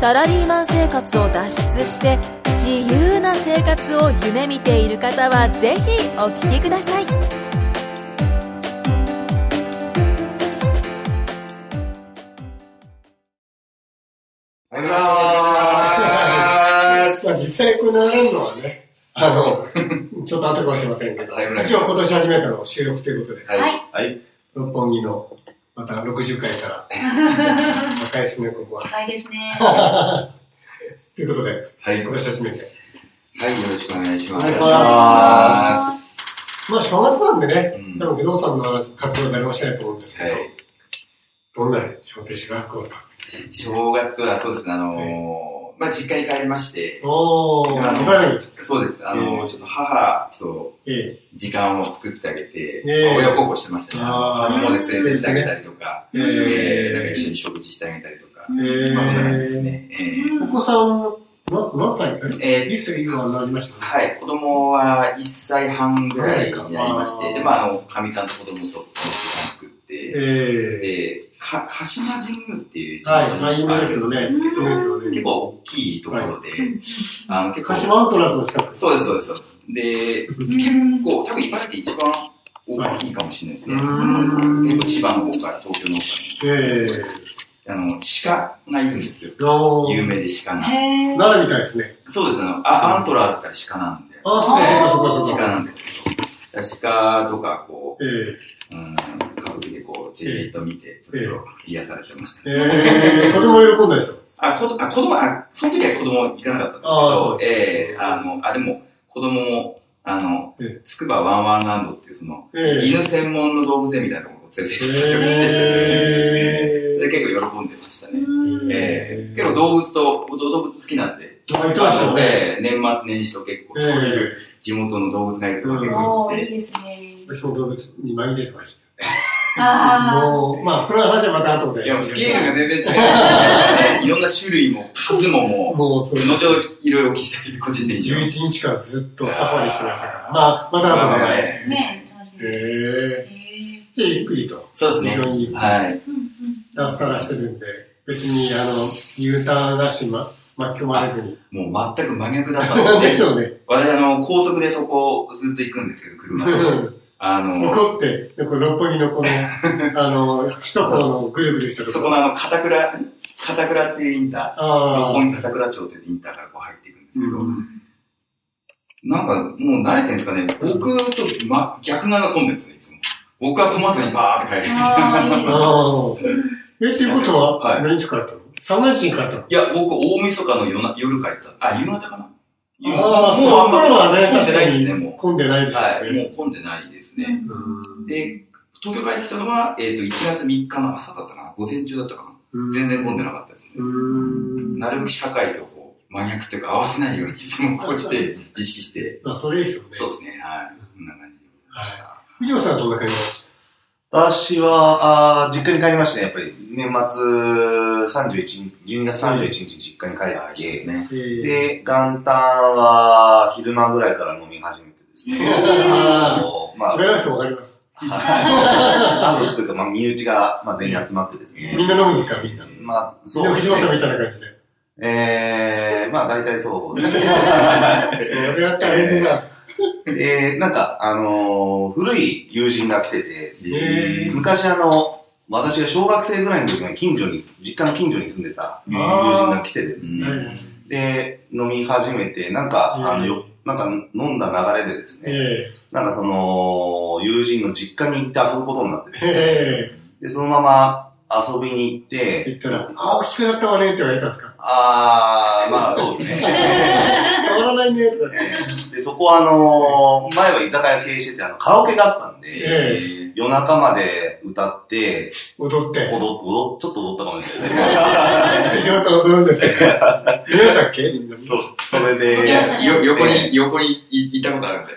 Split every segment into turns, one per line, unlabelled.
サラリーマン生活を脱出して自由な生活を夢見ている方はぜひお聞きください
おはようございます。
まあ、実際これ習うのはね、あ の、ちょっと後かもしれませんけど、
はい
今日今年始めたの収録ということで、
はい。はい。
六本木の、また60回から、若いですね、ここは。
高いですね。
ということで、
はい。
今年初めて。
はい。よろしくお願いします。
お願いし
は
ままあ、正月なんでね、
うん
多分不動産の話活動は誰もしないと思うんですけど、
い。
どんな小説師が久保さん。
正月はそうですね、あのー、まあ、実家に帰りまして、
おー、
あの
茨城。
そうです、あの
え
ー、
え
ちょっと母と
ええ。
時間を作ってあげて、
ええ
まあ親孝行してましたね。
あ
初
ー
詣連れてってあげたりとか、
ええ
えーなんか一緒に食事してあげたりとか、
え
まあ、そんな感じですね。え
うん
お子さんは、な何歳か
えー
いつ今なりましたい。
はい、子供は1歳半ぐらいになりまし
あ
て、
ー
で、まあ、あの、かみさんと子供とこの時間作って、
ええ。
で、か、鹿島神宮っていう
はい、
神
まあ、有
社が
名
あ
で
る
すよね。有名ですよね。
結構大きいところで、あの、結構、
鹿島アントラスの近くです。
そうです、そうです、そうです。で、結構、多分茨城で一番大きいかもしれないですね。
はい
そう
ーん
の結構千葉の方から東京の方
え
から、あの、鹿がいるんですよ。
えー。
有名で鹿が。
へー
奈良みたいですね。
そうです、あの、あアントラーだったら鹿なんで、
ああ、そうか、そうか、そう
鹿
か。
なんですけど、鹿とか、こう、
え
うん、歌舞伎でこう、じーっと見て、ちょっと癒されてました
え
ね。
ええ子供喜んだでしょ。
あ、こあ子供、あ、その時は子供行かなかったん
あーそう
ですけど、ええあの、あ、でも、子供も、あの
え、
つくばワンワンランドっていう、その、
ええ
犬専門の動物園みたいなところを連れて行ってきて、
え
で
え
結構喜んでましたね。
うん
ええ結構動物と、動物好きなんで、
ー。あ、言ってましたよね。
ええ年末年始と結構、
え
そういう
え
地元の動物がいるとか結構行
おー
っ
いい
て、
ですね。
私も動物にまみれてました。
あ
もう、まあ、これは話はまた後で。
いや、スケールが全 然違いますからね。いろんな種類も、数ももう、
もう、それ、
後ほどいろいろ聞きたい個人的には。
11日間ずっとサファリしてましたから。まあ、また後で。
ーね楽しみ
え
です。
えで、ゆっくりと、
そう
非
ですね。
常に
はい。
脱サラしてるんで、別に、あの、U ターンなし、ま、巻き込まれずに。
もう全く真逆だったの
でし
で、
ょうね。
私あの、高速でそこをずっと行くんですけど、車で。あ
そ
の、
こって、この六本木のこの、 あの、首都高のぐるぐるしたと
そ
こ
このあの、片倉、片倉っていうインター、六
ああ、
本木片倉町っていうインターからこう入っていくんですけど、
うん
なんかもう慣れてるんですかね、僕と、ま、逆側が混んでるんですよ、いつも。僕は困ったにバーって帰るんです
あ
ああ。え、っていうことは、
はい
何時からったの三月時に帰ったの
いや、僕、大晦日の夜な夜帰った。あ、夕方かな
ああ、その
ん
頃はね、
混んでな
確
い
か
です
に
ね、も
混んでないで
う。
しょ
は
う
い、
ね。
もう混んでないです
ー
ね。
うん
で、東京帰ってきたのは、えっ、と、1月3日の朝だったかな、午前中だったかな。全然混んでなかったですね。
うん。
なるべく社会とこう、真逆というか合わせないように、いつもこうして、意識して、
まあ、それいいですよね。
そうですね、はい。こんな感じでました。
藤本さんはどんな感じ
私は、あー実家に帰りましたね。やっぱり、年末31日、12月31日に実家に帰
はい、
っ
そうです
て、
ね。
ええ
で、元旦は昼間ぐらいから飲み始めてですね。あ
あ
のま
あ、
あ、
食べなくてもわかります。
家族というか、まあ、身内が、まあ、全員集まってですね。
みんな飲むんですか、みんな。
まあ、
みん
そ
な
うで
藤
す
本さんみ
ね。
たいな感じで。
えー、まあ、大体そうです ね。
それは大変だな。
で、なんか、あのー古い友人が来てて、
えー
昔あの、私が小学生ぐらいの時に近所に、実家の近所に住んでた友人が来ててですね、
うん
で、飲み始めて、なんか、あの、
えー
よ、なんか飲んだ流れでですね、
え
なんかその、友人の実家に行って遊ぶことになって
え。え
て、で、そのまま遊びに行っ
え。
て、
言ったら、ああ、大きくなったわねって言われたんですか
あー、まあそうですね。
あわらないね、とかって。
で、そこはあのー前は居酒屋経営してて、あの、カラオケがあったんで、
え
夜中まで歌って、
踊って。
踊っ、踊っちょっと踊ったかもしれない
一応踊るんですよ。見ましたっけみんな。
そう。それで、
いやよ横
え
に、横にいいたことあるんで。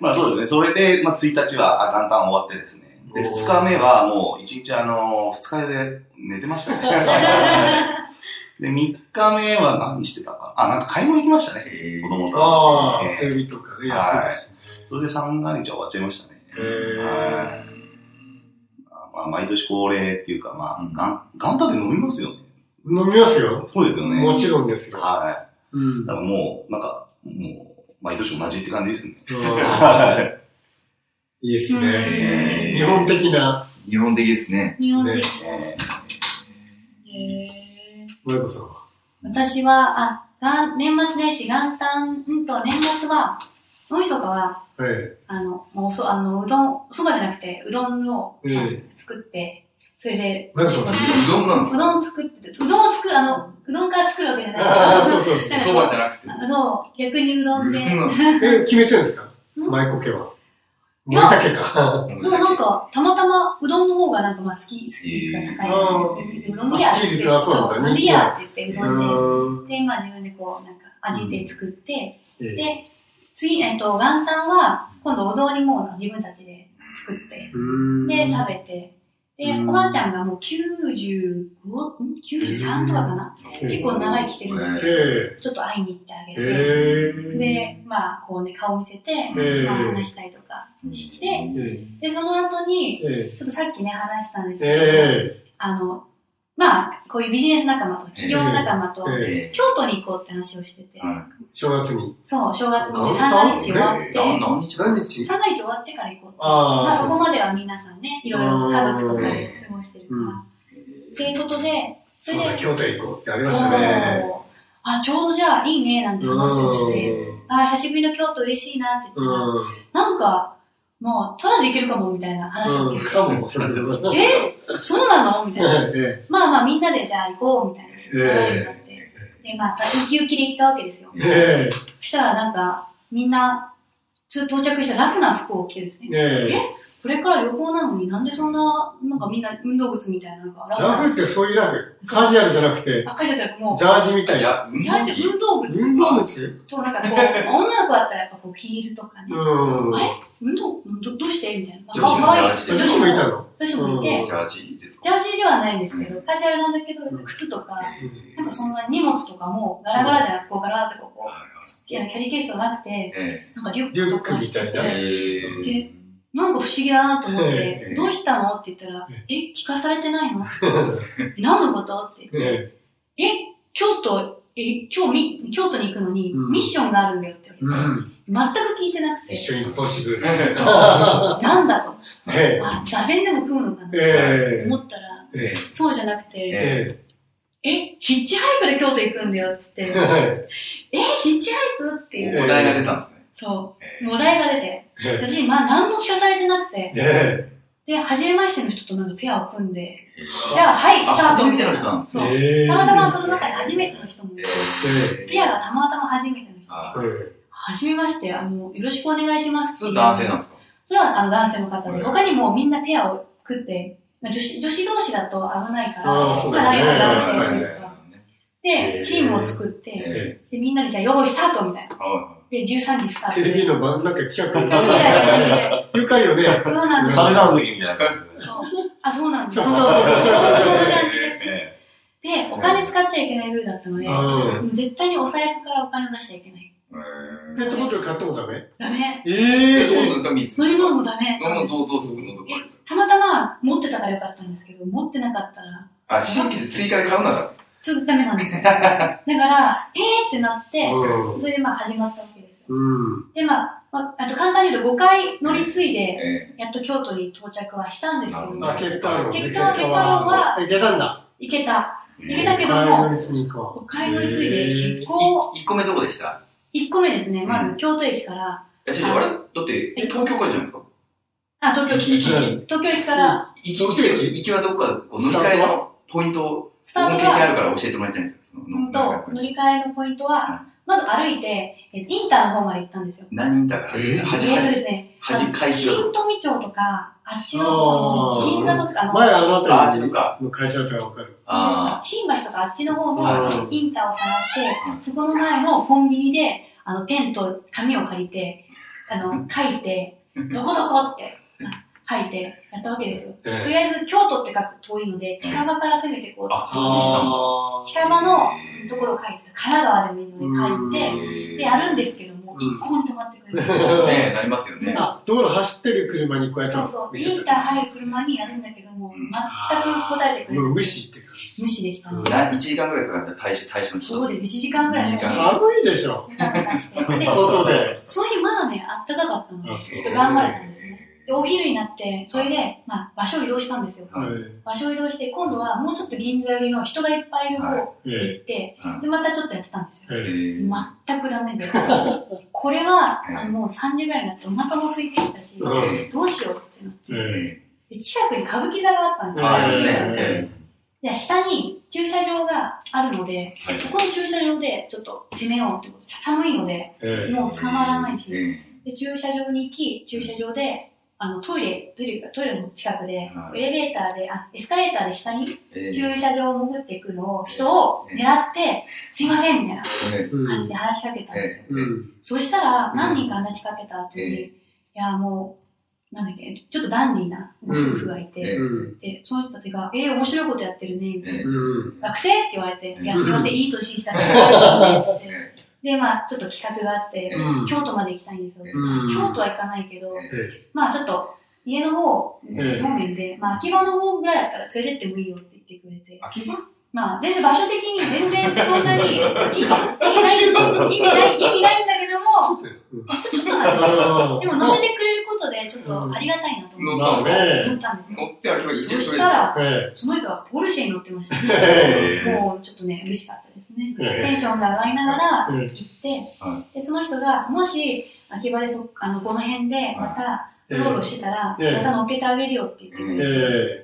まあそうですね。それで、まあ1日は、あ、元旦終わってですね。で、
おー
2日目はもう1日あのー、2日で寝てましたね。で、3日目は何してたかなあ、なんか買い物行きましたね。
え
子供と。
ああ、
ええ
整理とかね、安いですね。
それで三が日は終わっちゃいましたね。
へー
はいまあ、毎年恒例っていうか、ま
うん
あ、元元旦で飲みますよね。
飲みますよ。
そうですよね。
もちろんですよ。
は
うん
い。だからもう、なんか、もう、毎年同じって感じ ですね。
あーいいですね。
えー
日本的な、
日本的ですね。
日本で。
えー
へー
萌子さんは。
私は、あ、がん年末年始、元旦、うんと、年末は、大晦日は、
え
あの、もうそ、あの、うどん、そばじゃなくて、うどんを
ええ
作って、それで、
なんかそう
どんなんです
うどん作って、うどんを作る、あの、うどんから作るわけじゃ
ああ、
な
そうそう
かそばじゃなくて。
い。うどん、逆にうどんで。
うどんなん
も
で
そう。え、決めてるんですか
うん
舞子家は。
い
森
や
田家か。
す
うなんか、たまたま、うどんの方がなんかまあ好き、好き率が
あ
高い。
あ
うどんリア
あ
って言って、
好き率はそうなんだ
うどんリアって言って、うどんで。
ー。
で、まあ自分でこう、なんか味で作って、
ええ
で、次、えっと、元旦は、今度お雑煮もう自分たちで作って、
うーん
で、食べて、で、
うん
おばあちゃんがもう95、ん ?93 とかかな結構長生きしてるん
え
え
ちょっと会いに行ってあげ
え
て、
え
で、まあこうね、顔見せて、
ええ
まあ話したりとかして、
ええ
で、その後に、
え
ちょっとさっきね、話したんですけど、
え
あの、まあ、こういうビジネス仲間と、企業仲間と、
ええ
え
京都に行こうって話をしてて、
は
正月に。
そう、正月に
簡
三
単
が日終わって、
い。な何日だ
何日
三が日終わってから行こうって。まあ、そこ
あ
までは皆さんね、いろいろ家族とかで過ごしてるか
うん
ら。っていうことで、
あ、
そ
そう
れ
だ、
で、
京都へ行こうってありましたね。
そう、あ、ちょうどじゃあいいね、なんて
う
話をして、
ん。
あ、久しぶりの京都嬉しいなって言って
うん。
たら、なんか、もう、ただで行けるかも、みたいな話を聞
うん、かも。え
えそうなのみた いな。
え
まあまあ、みんなでじゃあ行こう、みたいな。
え
になって。で、まあ、ウキウキで行ったわけですよ。
ええ
そしたらなんか、みんな、普通到着したらラフな服を着てるんですね。
ええ
これから旅行なのになんでそんな、なんかみんな運動靴みたいなのが
ラ
ラ
フってそういうラフ。カジュアルじゃなくて、
フ赤いじゃったらもう、
ジャージみたい
じ
な。
ゃあ、運
じゃあ運動靴
運動靴
となんかこう、女の子だったらやっぱこうヒールとかね、
うん。
あれ運動ど、どうしてみたいな。
女子も
可愛い
ジャージ
女子もいたの
女子もいて、
ジャージです
ジャージではないんですけ
う
ど、
ん
カジュアルなんだけど、靴とか、なんかそんな荷物とかもガラガラじゃなくこうガラってこう、こうキャリーケースとかなくて、
え
なんかリュックとかして
リュックみたいな
て、
え
なんか不思議だなと思っ
え
て、
え
どうしたのって言ったら、え、聞かされてないのえ何のことって言って、
え
え、京都、え、今日み、京都に行くのに、
うん
ミッションがあるんだよって
う
言われて、
ん。
全く聞いてなくて、
一緒にポッシブル。
なんだと、
え
あ、座禅でも食うのかな
ええ
思ったら、
ええ
そうじゃなくて、
え
え、ヒッチハイクで京都行くんだよって言って、
え
え、ヒッチハイクっていう、
お題が出たんですね。
そう、お題が出て、私、まあ、何も聞かされてなくて、
え
で、初めましての人となんかペアを組んで、じゃあ、はい、スタート。
初めての人なんです
そう
え
たまたまその中で初めての人もいて、ペアがたまたま初めての人。
あ
はじめまして、あの、よろしくお願いしますって
そ
い
れ
う。
男性なんですか
それはあの男性の方
う
で、
ん
他にもみんなペアを作って、まあ女子女子同士だと危ないから、
あーそうだ
課
ね
題は男性というか。
えー
で、チームを作って、で、みんなでじゃあ、用意スタートみたいな。で、13時スタート。
テレビ
の。
の番、なんか企画
そう
愉快よね。
なんです
サ
よ
ル。ガン関みたいな感じですね。
そうあ、そうなんですよ。
そ
そうう
そうそ
そ
うう
そんな感じで。
え
で、お金使っちゃいけないルールだったので、
うん。
もう絶対にお財布からお金を出しちゃいけない。
ペットボトル買ってもダメ
ダメ。
え
どうするか水
飲み物もダメ。
どうどうするのとか
たまたま持ってたからよかったんですけど、持ってなかったら、
あ新規で追加で買うなら
ずっとダメなんですよ。だから、えーってなって、
う
それでまあ始まったわけですよ。
ん。うん。
でまあ、まあ、あと簡単に言うと5回乗り継いで、
え
やっと京都に到着はしたんですけど
な
あ、
るほど
も、
結果論。
結果は結果は
え、出たんだ。
行けた。行け
え
たけど
はい、
も、
乗り継ぎ行こ
5回乗り継い
へ
で
ー
結構、
1個目どこでした
1個目ですね、ま
う
ず京都駅から、
えちょっとあれだって東京からじゃないですか
あ、東京駅、
う
東京駅から、
行きはどっかこう乗り換えのポイントを
スタ
僕
ー
も
ト
経験あ
が、
るから教えてもらいたいんですよ。
本当、乗り換えのポイントは、まず歩いて、えっとインターの方まで行ったんですよ。
何人だから、
えー
えっ
初
と
めて。
ですね、あ
恥
の
回収
新富町とか、あっちの方
あー
の銀座とか、あの
前あの
あー
辺
そ
り
うか
の会社だったらわかる。
あ
新橋とかあっちの方
は
のインターを探して、
うん
そこの前のコンビニで、あの、ペンと紙を借りて、あの、書いて、どこどこって書いてやったわけですよ。
え
と
え
りあえず、京都って書くと遠いので、近場から攻めてこう
あ、そうでしたんだ
あー
近場のところを書いてた、神奈川でもいいので書いて、で、やるんですけど
う
も、
ん
一向に止まってくれな い。
そうね、なりますよね。
あ、道路走ってる車にこうやって
そうそう、インター入る車にやるんだけども、
うん
全く答えてくれ
も
な
う
い。
無視って感じ。
無視でしたね。
な1時間ぐらいかかった最初、最初の
そう
で
です、1時間ぐらい
二時間
寒いでしょ。
もたもたして。で
外で。
その日まだね、あったかかったので、
あそ
ち
う
ょっと頑張れたんですね。で、お昼になって、それで、まあ、場所を移動したんですよ。
はい
場所を移動して、今度はもうちょっと銀座寄りの人がいっぱいいる方行
ええ
って、
はい
で、またちょっとやってたんですよ。
ええ
全くダメで、これは、
うん
あのもう3時ぐらいになってお腹も空いてきたし、
うん
どうしようってなって
ええ
で近くに歌舞伎座があったんですよ。
ああ、そうね。え
で下に駐車場があるので、
はい
そこの駐車場でちょっと攻めようってことで、寒いので、
ええ
もう捕まらないし、
え
で駐車場に行き駐車場であのトイレトイレかトイレの近くで、
はい
エレベーターであエスカレーターで下に
え
駐車場を潜っていくのを人を狙って、すいませんみたいな
う
感じ
ん
で話しかけたんですよ、
うん
そしたら何人か話しかけた後に、
え
いやもうなんだっけちょっとダンディーな夫婦がいて、
え
うん
でその人たちが「えー、面白いことやってるね」みたいな。
うん
学生って言われて、いや、すいません、いい年したし、
え
で、まあ、ちょっと企画があって、
うん
京都まで行きたいんですよ。
うん
京都は行かないけど、
え
まあちょっと家の方、
え
方面で、まあ秋葉の方ぐらいだったら連れてってもいいよって言ってくれて、
秋葉
まあ全然場所的に全然そんなに意味ない、意味ない、意味ないんだけども、ちょっとなんですよ
あ
でも乗せてくれることでちょっとありがたいなと思っ
うん
て、
まあ
思
ね
ったんですよ。
乗って秋葉一
そ
応
したら、
え
その人はポルシェに乗ってました、
え
え
もうちょっとね、嬉しかったですね。
え
テンションが上がりながら行って、
は
でその人がもし秋葉でそあのこの辺でまたうろうろしてたら、
ええ
また乗っけてあげるよって言ってくれて、
え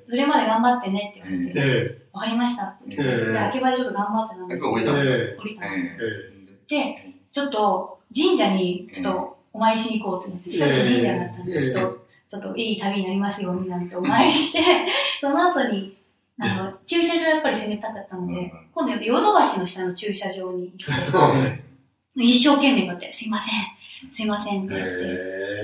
え
それまで頑張ってねって言われ
え
て、
え
わかりましたって言って、
ええ
で秋葉でちょっと頑張ってたんで
や
す
っぱ降り
え
たんです
え
降りたんです
え
え
で、ちょっと神社にちょっとお参りしに行こうってなって、近くに神社があったん
ええ
で、ちょっと、ちょっといい旅になりますようになんてお参りして、 その後に、あの、駐車場やっぱり攻めたかったの
うんうん
で、今度やっぱヨドバシの下の駐車場に行っ て、一生懸命こうやって、すいません、すいませんって言って、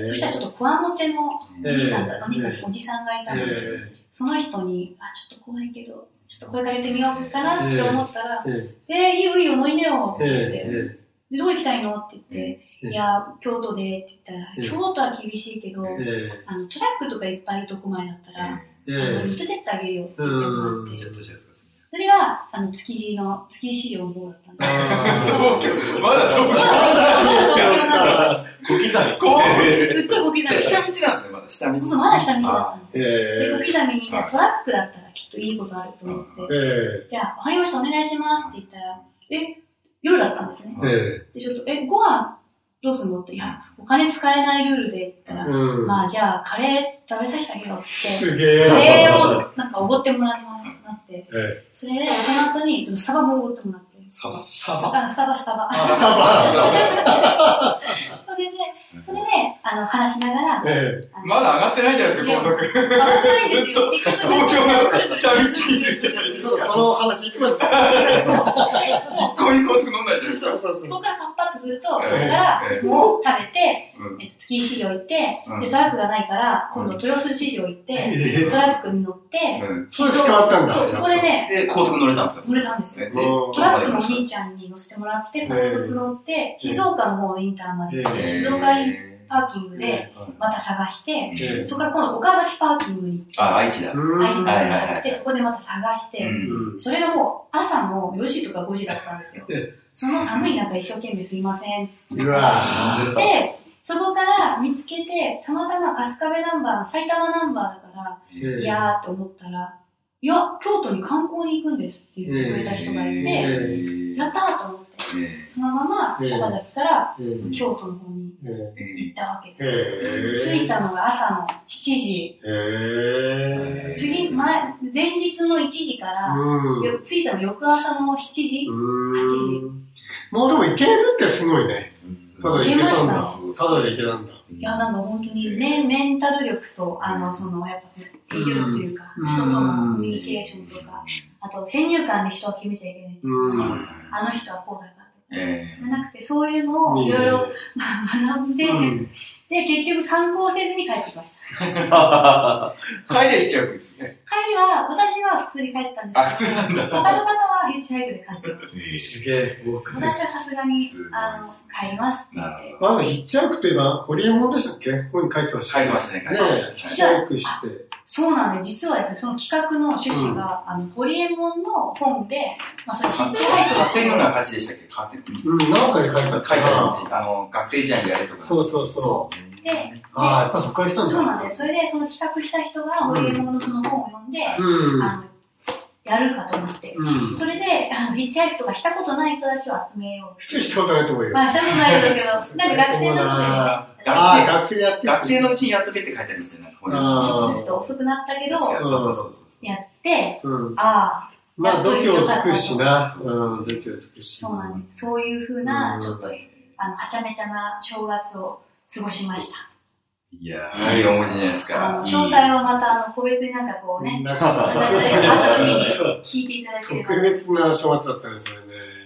え
そしたらちょっとこわもてのお兄さんだ、お兄さん、おじさんがいたので、
え
その人に、あ、ちょっと怖いけど、ちょっと声かけてみようかなって思ったら、
ええ
えー、いいよいいよ、もういいねよって言って、
え
でどこ行きたいのって言って、
ええ
いや、京都でって言ったら、
ええ
京都は厳しいけど、
え
あのトラックとかいっぱいいるとこ前だったら、
え
あの連
え
れてってあげるよって言っても
う
らっ
ん
て、
ちょっとしたやつ
それがあの築地の、築地市場の方だった んで
あ
ですまだ東京
小刻みです
こ
ね。
すっごい小刻み
下道なんですね、まだ下道
そうまだ下道だったんで
え
で
え
小刻みに、じゃあトラックだったらきっといいことあると思って、
え
じゃあ、わかりました、お願いしますって言ったら、え、夜だったんですね。
え
で、ちょっと、え、ご飯どうするのって、いや、お金使えないルールでって言ったら、
うん
まあ、じゃあ、カレー食べさせてあげようって、
すげえ
カレーをなんかおごってもらいますなって、
え
それで、その後に、ちょっとサバもおごってもらって、
サバ
サ
あ、サバ、サバ。それで、それで、あの、話しながら、
え
あの
まだ上がってないじゃないですか、高速。
上がってないんですよ。
東京の下道にいるじゃないで
え
す
ち
か
ょっ。とこの話いつまで
一向に高速飲んないじゃないですか。
うそう
ここからパッパッとすると、そこから、もう食べて、えっと月市場行って、
うん
で、トラックがないから、今度豊洲市場行って、
え
トラックに乗って、
うん
そういう使わったんだ
そうそこでね、
で、高速乗れたんですか
乗れたんですよ。
えで
もう
トラックのお兄ちゃんに乗せてもらって、
え
高速乗って、静岡の方のインターまで行って、静岡インパーキングで、また探して、
え
そこから今度岡崎パーキングに
あ、愛知だ。
うん
愛知の方に
はいはい
行っ
は
て、そこでまた探して、
うん
それがもう朝の4時とか5時だったんですよ
え。
その寒い中一生懸命すいません
うわ
で、そこから見つけて、たまたま春日部ナンバー、埼玉ナンバーだから、
ええ
いやーと思ったら、いや、京都に観光に行くんですって言ってくれた人がいて、やったーと思って、
え
そのまま
ええ
岡崎から
えー
京都の方に
えー
え
行ったわけで
え
す。着いたのが朝の7時。
ええ
えー
次、前、前日の1時から、
うん
よ着いたの翌朝の7時。
うんもうでも行けるってすごいね。ただ行けたんだ
行けまし。
た
た
だで行けたんだ。
い
いや、なんか本当にメンメンタル力と、あ
う
の、
ん
その、やっぱ、技量というか、
うん
人とのコミュニケーションとか、あと、先入観で人は決めちゃいけない。
うん。
あの人はこうだから。
え
じゃなくて、そういうのをいろいろ学んで、
うん
で、結局観光せずに帰ってきました。
帰れしちゃうんですね。
帰りは、私は普通に帰ったんで
あ、
す
普通なん
けど、
だ。
他の方はヒッチハイクで帰ってまし
すげえ。僕
た。私はさすがに
すごい、
あの、帰りますって言っ
な
て。
るほど。
あの、ヒッチハイクといえば、ホリエモンでしたっけここに書いてました
帰
ね。
りましたね、帰り
ね
ました
え、ヒッチハイクして。
そうなんで、実はですね、その企画の趣旨が、あの、ホリエモンの本で、まあ、それヒッチハ
カ
イ
セン
ク
の
だ
勝ちでしたっけカセン。書いて
うん、なんかで書いてあ
あ
っ
る
たな。
あの、学生時代にやれとか。。
そうそうそう
で
う。ああ、やっぱそっから来たんだ。
そうなんです。それで、その企画した人が、ホリエモンのその本を読んで、
うん。
あの、やるかと思って。
うん。
それで、あの、ヒッチハイクとかしたことない人たちを集めよう。
普通したことないと思うよ。
まあ、したことないだろうけど、なんか学生のとこでね、
ああ、
学
学生やってる。
学生のうちにやっとけって書いてあるみたいな。
あー
ちょっと遅くなったけど、
そうそうそうそう。
やって、
うん。
ああ、
まあ、度胸を尽くしな。うん、度胸を尽くし。
そうなんです。そういうふうな
う、ん
ちょっと、あの、はちゃめちゃな正月を過ごしました。
いやー、いい思い出じゃないです
あ
か
の、。
いい
詳細はまた、あの、個別になんかこうね、
なん
あのあった時
か、
に聞いていただけれ
特
ば。
別な正月だったんですよね。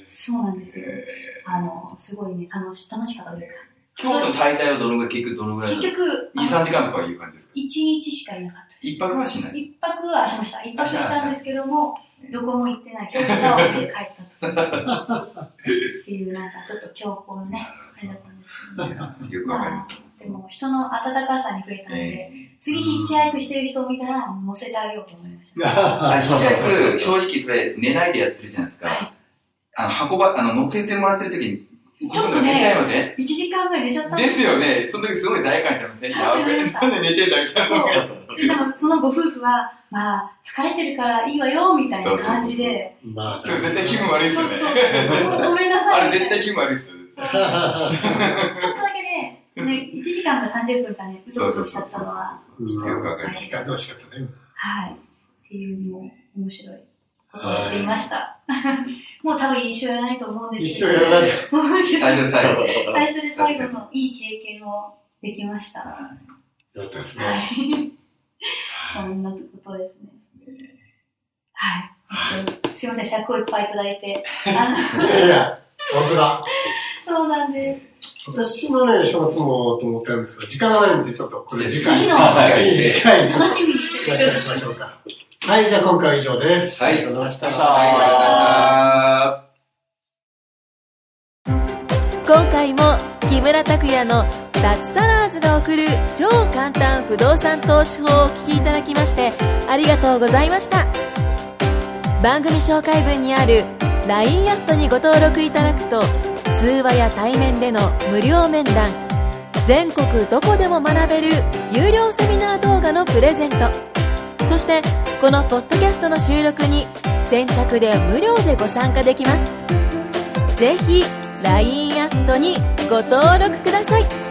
そうなんですよ。
え
あの、すごいね、楽し、楽しかったというか。
ー京都の滞在はどのぐらい、結局どのぐらいだ
結
った
局、あ
2、3
の
時間とかいう感じですか
一日しかいなかった。
一泊はしない。
一泊はしました。一泊したんですけども、どこも行ってない。京都タワーを見て帰ったっていう、なんかちょっと強硬なね、あれだったんですけどね。
よくわかります。
でも人の温かさに触れたので、
え
次ヒッチハイクしてる人を見たら乗せてあげようと思いました。
ー、あヒッチハイク、
ク。
正直それ、寝ないでやってるじゃないです
はい
か。あの、運ば、あの、乗せてもらってる時に、
ちょっとね
寝ちゃいません
1時間ぐらい寝ちゃったん
ですよね。その時すごい罪悪感ちゃいません
罪悪感ありました
なんで寝てんだみたいな。
でなんかそのご夫婦は、まあ、疲れてるからいいわよ、みたいな感じで、
まあ、
絶対気分悪いですよね。
そうそうごめんなさい。
あれ絶対気分悪いっすよね。
そうちょっとだけね、ね、1時間か30分かね、う
そ
とう
うそ
と
う
しちゃ
そうそ
った
う
のは、
そう。よくわかります。
しか楽しかったね。
はい。っていうのも面白いことをしていました。 もう多分一生やらないと思うんで
一
す
生や らない。
もう
最初で最後。
最初で最後のいい経験をできました。
だったです
は
ね。
い。そんなことですね。はい。すいません、尺をいっぱいいただいて。あ
いやいや、本当だ。
のそうなんです。
私のね、正月もと思ったんですが、時間がないんで、ちょっと、これ次回。
次の
次回にちょっと
楽しみにして
出
くだ
し
さ
ましょうか。はい、じゃあ今回は以上です。
はい
ありがとうございました。
ありがとうございまし
あ
た
ー
今回も木村拓哉の脱サラーズが送る超簡単不動産投資法をお聞きいただきましてありがとうございました番組紹介文にある LINE アットにご登録いただくと通話や対面での無料面談全国どこでも学べる有料セミナー動画のプレゼントそしてこのポッドキャストの収録に先着で無料でご参加できますぜひ LINE アットにご登録ください